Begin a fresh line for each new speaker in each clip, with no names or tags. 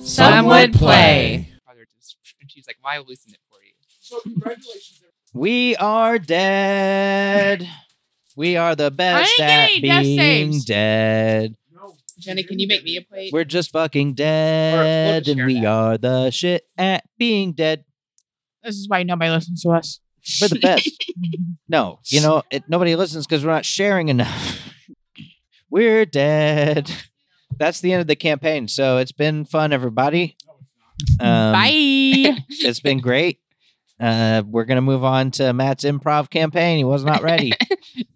Some would play.
father just, and she's like, "Why loosen it for you?"
We are dead. We are the best
ain't
at
getting death
being
saves.
dead.
Jenny, can you make me a plate?
We're just fucking dead,
share
and we
that.
are the shit at being dead.
This is why nobody listens to us.
We're the best. no, you know, it, nobody listens because we're not sharing enough. we're dead. That's the end of the campaign. So it's been fun, everybody. Um,
Bye.
It's been great. Uh, we're gonna move on to Matt's improv campaign. He was not ready,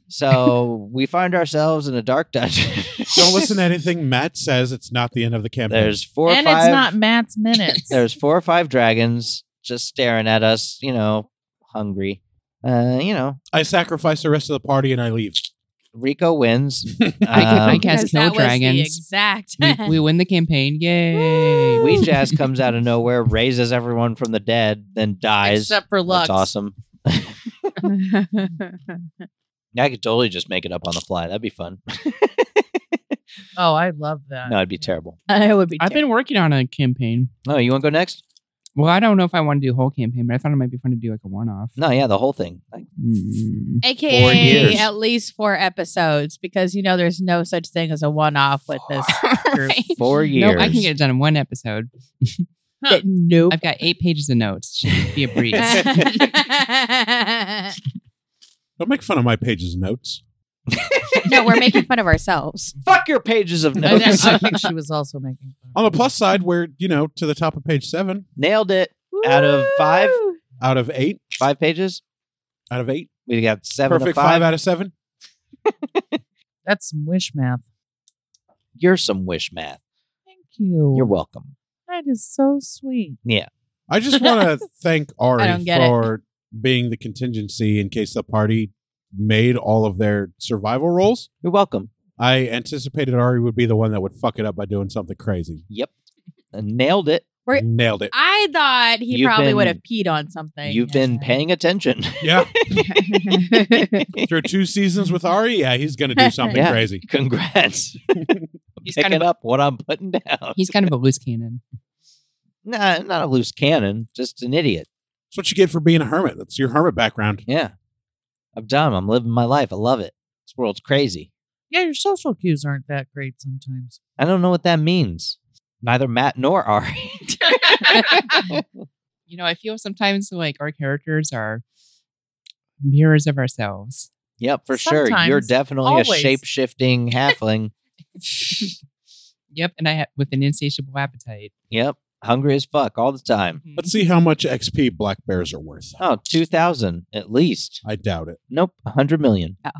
so we find ourselves in a dark dungeon.
Don't listen to anything Matt says. It's not the end of the campaign.
There's four or
and
five.
it's not Matt's minutes.
There's four or five dragons just staring at us. You know, hungry. Uh, you know,
I sacrifice the rest of the party and I leave.
Rico wins.
I can- I
Um,
can- cast
Because
no
that was the
dragons.
exact.
we, we win the campaign. Yay.
Wee Jazz comes out of nowhere, raises everyone from the dead, then dies.
Except for Lux.
That's awesome. I could totally just make it up on the fly. That'd be fun.
oh, I love that.
no, it'd be terrible.
I would be.
I've been working on a campaign.
Oh, you want to go next?
Well, I don't know if I want to do the whole campaign, but I thought it might be fun to do like a one off.
No, yeah, the whole thing. Like,
Mm.
Four
AKA
years.
at least four episodes because you know there's no such thing as a one off with this group.
Right.
Four years.
Nope, I can get it done in one episode.
That- nope.
I've got eight pages of notes. Should be a breeze.
Don't make fun of my pages of notes.
no, we're making fun of ourselves.
Fuck your pages of
I,
notes.
think she was also making fun.
On the plus side, we're, you know, to the top of page seven
Nailed it. Out of five,
out of eight.
five pages.
Out of eight.
We got seven
Perfect
to five.
out of seven.
That's some wish math.
You're some wish math.
Thank you.
You're welcome.
That is so sweet.
I just want to thank
I
Ari
don't get it.
for being the contingency in case the party made all of their survival rolls.
You're welcome.
I anticipated Ari would be the one that would fuck it up by doing something crazy.
Yep. Uh, Nailed it.
We're-
Nailed it.
I thought he
You've
probably
been-
would have peed on something.
You've been paying attention.
Yeah. Through two seasons with Ari, yeah, he's going to do something
Yeah.
crazy.
Congrats.
He's
Picking
kind of a-
up what I'm putting down.
He's kind of a loose cannon.
Nah, not a loose cannon, just an idiot.
That's what you get for being a hermit. That's your hermit background.
Yeah. I'm dumb. I'm living my life. I love it. This world's crazy.
yeah, your social cues aren't that great sometimes.
I don't know what that means. Neither Matt nor Ari.
you know, I feel sometimes like our characters are mirrors of ourselves.
Yep, for sure. You're
Sometimes.
definitely a
Always.
shape shifting halfling.
yep, and I ha- with an insatiable appetite.
Yep. Hungry as fuck all the time.
Let's see how much XP black bears are worth.
Oh, 2,000 at least.
I doubt it.
Nope, 100 million.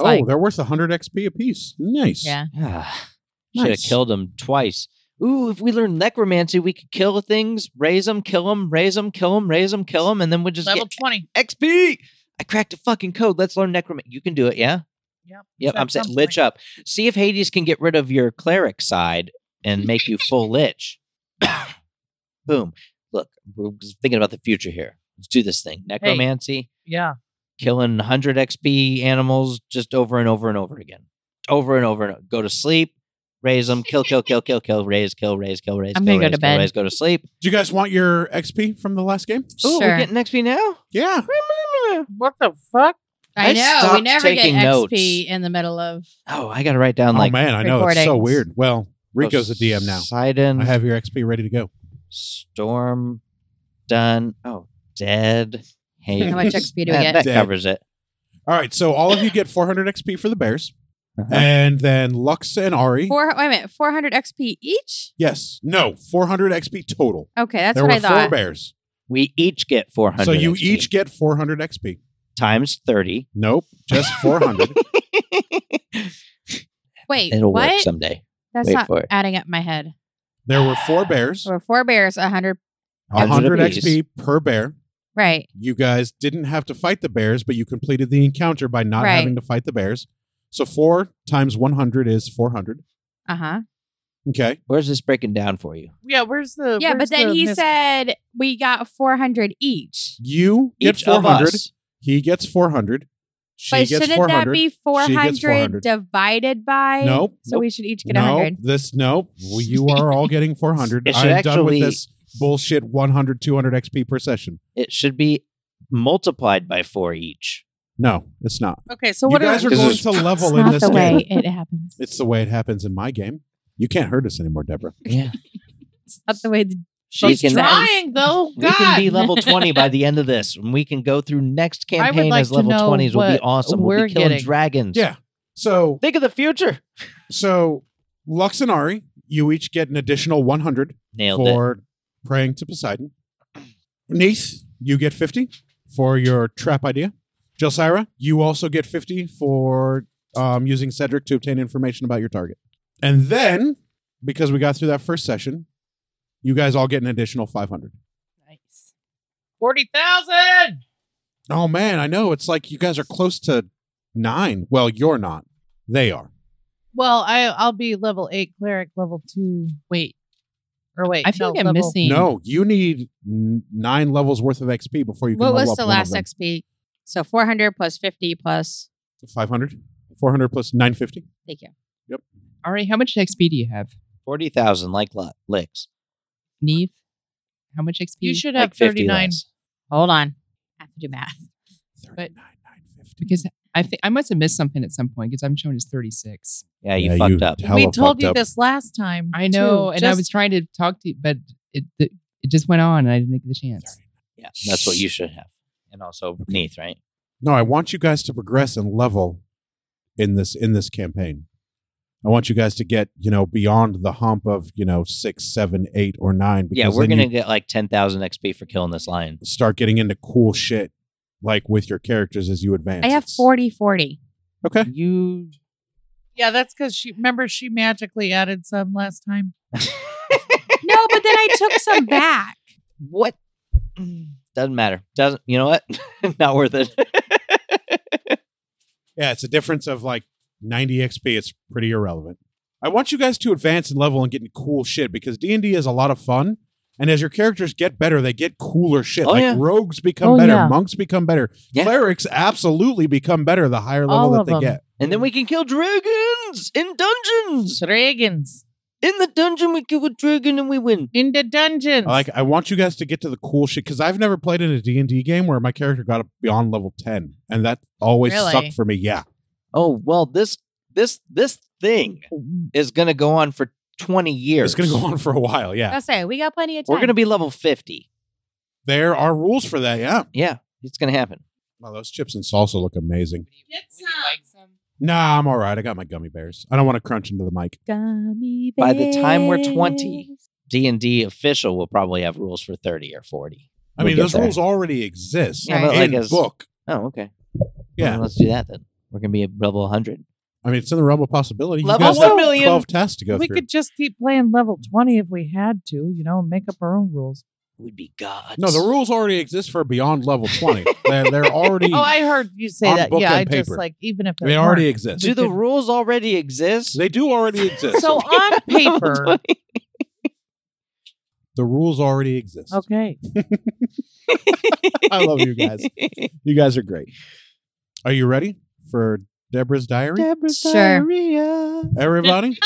Oh,
oh, they're worth 100 XP apiece. Nice.
yeah.
Ah,
Nice.
Should have killed him twice. Ooh, if we learned necromancy, we could kill things, raise them, kill them, raise them, kill them, raise them, kill them, and then we just
Level twenty.
get XP. I cracked a fucking code. Let's learn necromancy. You can do it, yeah?
Yep.
Yep, I'm saying lich up. See if Hades can get rid of your cleric side and make you full lich. Boom. Look, we're just thinking about the future here. Let's do this thing. Necromancy.
Yeah.
killing 100 XP animals just over and over and over again. Over and over and o- go to sleep, raise them, kill, kill, kill, kill, kill, raise, kill, raise, kill, raise,
I'm
kill,
gonna go
raise,
to
kill,
bed.
raise, go to sleep.
Do you guys want your XP from the last game?
Oh,
sure.
we're getting XP now?
Yeah.
what the fuck? I,
I
know. We
stopped
never get
taking
XP
notes.
in the middle of.
Oh, I got to write down
oh,
like.
man. I know. It's so
recordings.
weird. Well, Rico's a DM now.
Poseidon,
I have your XP ready to go.
Storm, done. Oh, dead. Hey,
How much XP do we
that,
get?
That
Dead.
covers it.
All right. So all of you get 400 XP for the bears.
Uh-huh.
And then Lux and Ari.
Four. Wait a minute. Four hundred XP each.
Yes. No, 400 XP total.
Okay, that's
there
what
were
I thought.
four bears.
we each get 400.
So you
XP
each get 400 XP.
times 30.
Nope, just 400.
Wait,
It'll
what?
work someday.
that's
Wait
not
for it.
adding up in my head.
there were four bears,
There were four bears, a hundred.
100
100
XP per bear.
Right.
You guys didn't have to fight the bears, but you completed the encounter by not
Right.
having to fight the bears. So 4 times 100 is 400.
Uh huh.
Okay.
Where's this breaking down for you?
Yeah, where's the
Yeah, but
where's
then
the
he
mis-
said we got four hundred each.
You get
each of
400.
us.
He gets 400. She
But
gets
shouldn't
four
that
hundred.
be
gets
400
400.
divided by?
Nope.
So we should each get a
no,
100.
this no. Well, you are all getting four hundred.
It should
I'm done
actually-
with this bullshit. 100, 200 XP per session.
It should be multiplied by four each.
No, it's not.
Okay, so
you
what
guys
are
are
This
going
is-
to level
It's
in
not
this
the
game.
way it happens.
It's the way it happens in my game. You can't hurt us anymore, Deborah.
Yeah.
It's not the way the
She
She's
can,
trying,
though.
we can be level 20 by the end of this. And we can go through next
I would
campaign
like
as
to
level
know
20s. We'll be
what
awesome. We'll
we're
be killing
getting.
dragons.
Yeah. So
Think of the future.
so Lux and Ari, you each get an additional one hundred
Nailed it.
for praying to Poseidon. Neith, you get 50 for your trap idea. Jelsira, you also get 50 for um, using Cedric to obtain information about your target. And then, because we got through that first session, you guys all get an additional 500.
Nice. Forty thousand.
Oh man, I know. It's like you guys are close to nine. Well, you're not. They are.
Well, I I'll be level eight cleric, level two.
Wait,
Or wait,
I feel
no,
like I'm
level-
missing.
No, you need n- nine levels worth of XP before you can
What
level
was
up
the
one of
last
them.
XP? So 400 plus 50 plus.
500? 400 plus 950?
Thank you.
Ari, how much XP do you have?
40,000 like lot, licks.
Neve, how much XP?
You should have
Like 50
thirty nine.
less.
Hold on. I have to do math.
39, 950.
because I think I must have missed something at some point because I'm showing as 36.
Yeah, you
Yeah,
fucked
you-
up.
Hella
We told
fucked
you
up.
this last time.
I know,
too.
and I
Just-
was trying to talk to you, but it it, it just went on, and I didn't get the chance.
Yeah, that's what you should have. And also Neath, right?
No, I want you guys to progress and level in this in this campaign. I want you guys to get you know beyond the hump of you know six, seven, eight, or nine. Because
yeah, we're
then
gonna
you
get like ten thousand XP for killing this lion.
start getting into cool shit like with your characters as you advance.
I have
It's-
40 40.
Okay,
You
Yeah, that's because she remember she magically added some last time.
No, but then I took some back.
what? Doesn't matter. Doesn't you know what? Not worth it.
yeah, it's a difference of like ninety XP. It's pretty irrelevant. I want you guys to advance and level and get into cool shit because D and D is a lot of fun. And as your characters get better, they get cooler shit.
Oh,
like
yeah.
rogues become
Oh,
better,
yeah.
monks become better,
Yeah.
clerics absolutely become better the higher level
All
that
of
they
them.
get.
and then we can kill dragons in dungeons.
Dragons
In the dungeon, we kill a dragon and we win.
in the dungeons.
I Like I want you guys to get to the cool shit because I've never played in a D and D game where my character got up beyond level ten, and that always
Really?
sucked for me. Yeah,
Oh well, this this this thing is gonna go on for twenty years.
it's gonna go on for a while. Yeah,
I'll say, we got plenty of time.
We're gonna be level fifty.
there are rules for that. Yeah,
Yeah, it's gonna happen.
wow, those chips and salsa look amazing.
Would you,
Get
like some?
Nah, I'm all right. I got my gummy bears. I don't want to crunch into the mic.
Gummy
By the time we're 20.
bears.
D and D official will probably have rules for thirty or forty.
I
We'll
mean,
get
those
there.
rules already exist
Yeah, but
in
like as-
book.
Oh, okay.
Yeah,
Well, let's do that then. We're gonna be at level hundred.
I mean, it's in the realm of possibility.
Level
you guys have
one million.
twelve tests to go
we
through.
could just keep playing level twenty if we had to, you know, and make up our own rules.
We'd be gods.
no, the rules already exist for beyond level twenty. they're, they're already.
Oh, I heard you say
On
that.
book
Yeah, I
and
just
paper.
like even if
they
there
already
weren't.
exist.
Do the rules already exist?
They do already exist.
so on paper.
the rules already exist.
Okay.
I love you guys. You guys are great. Are you ready for Deborah's diary?
Deborah's
Sure.
diarrhea.
Everybody,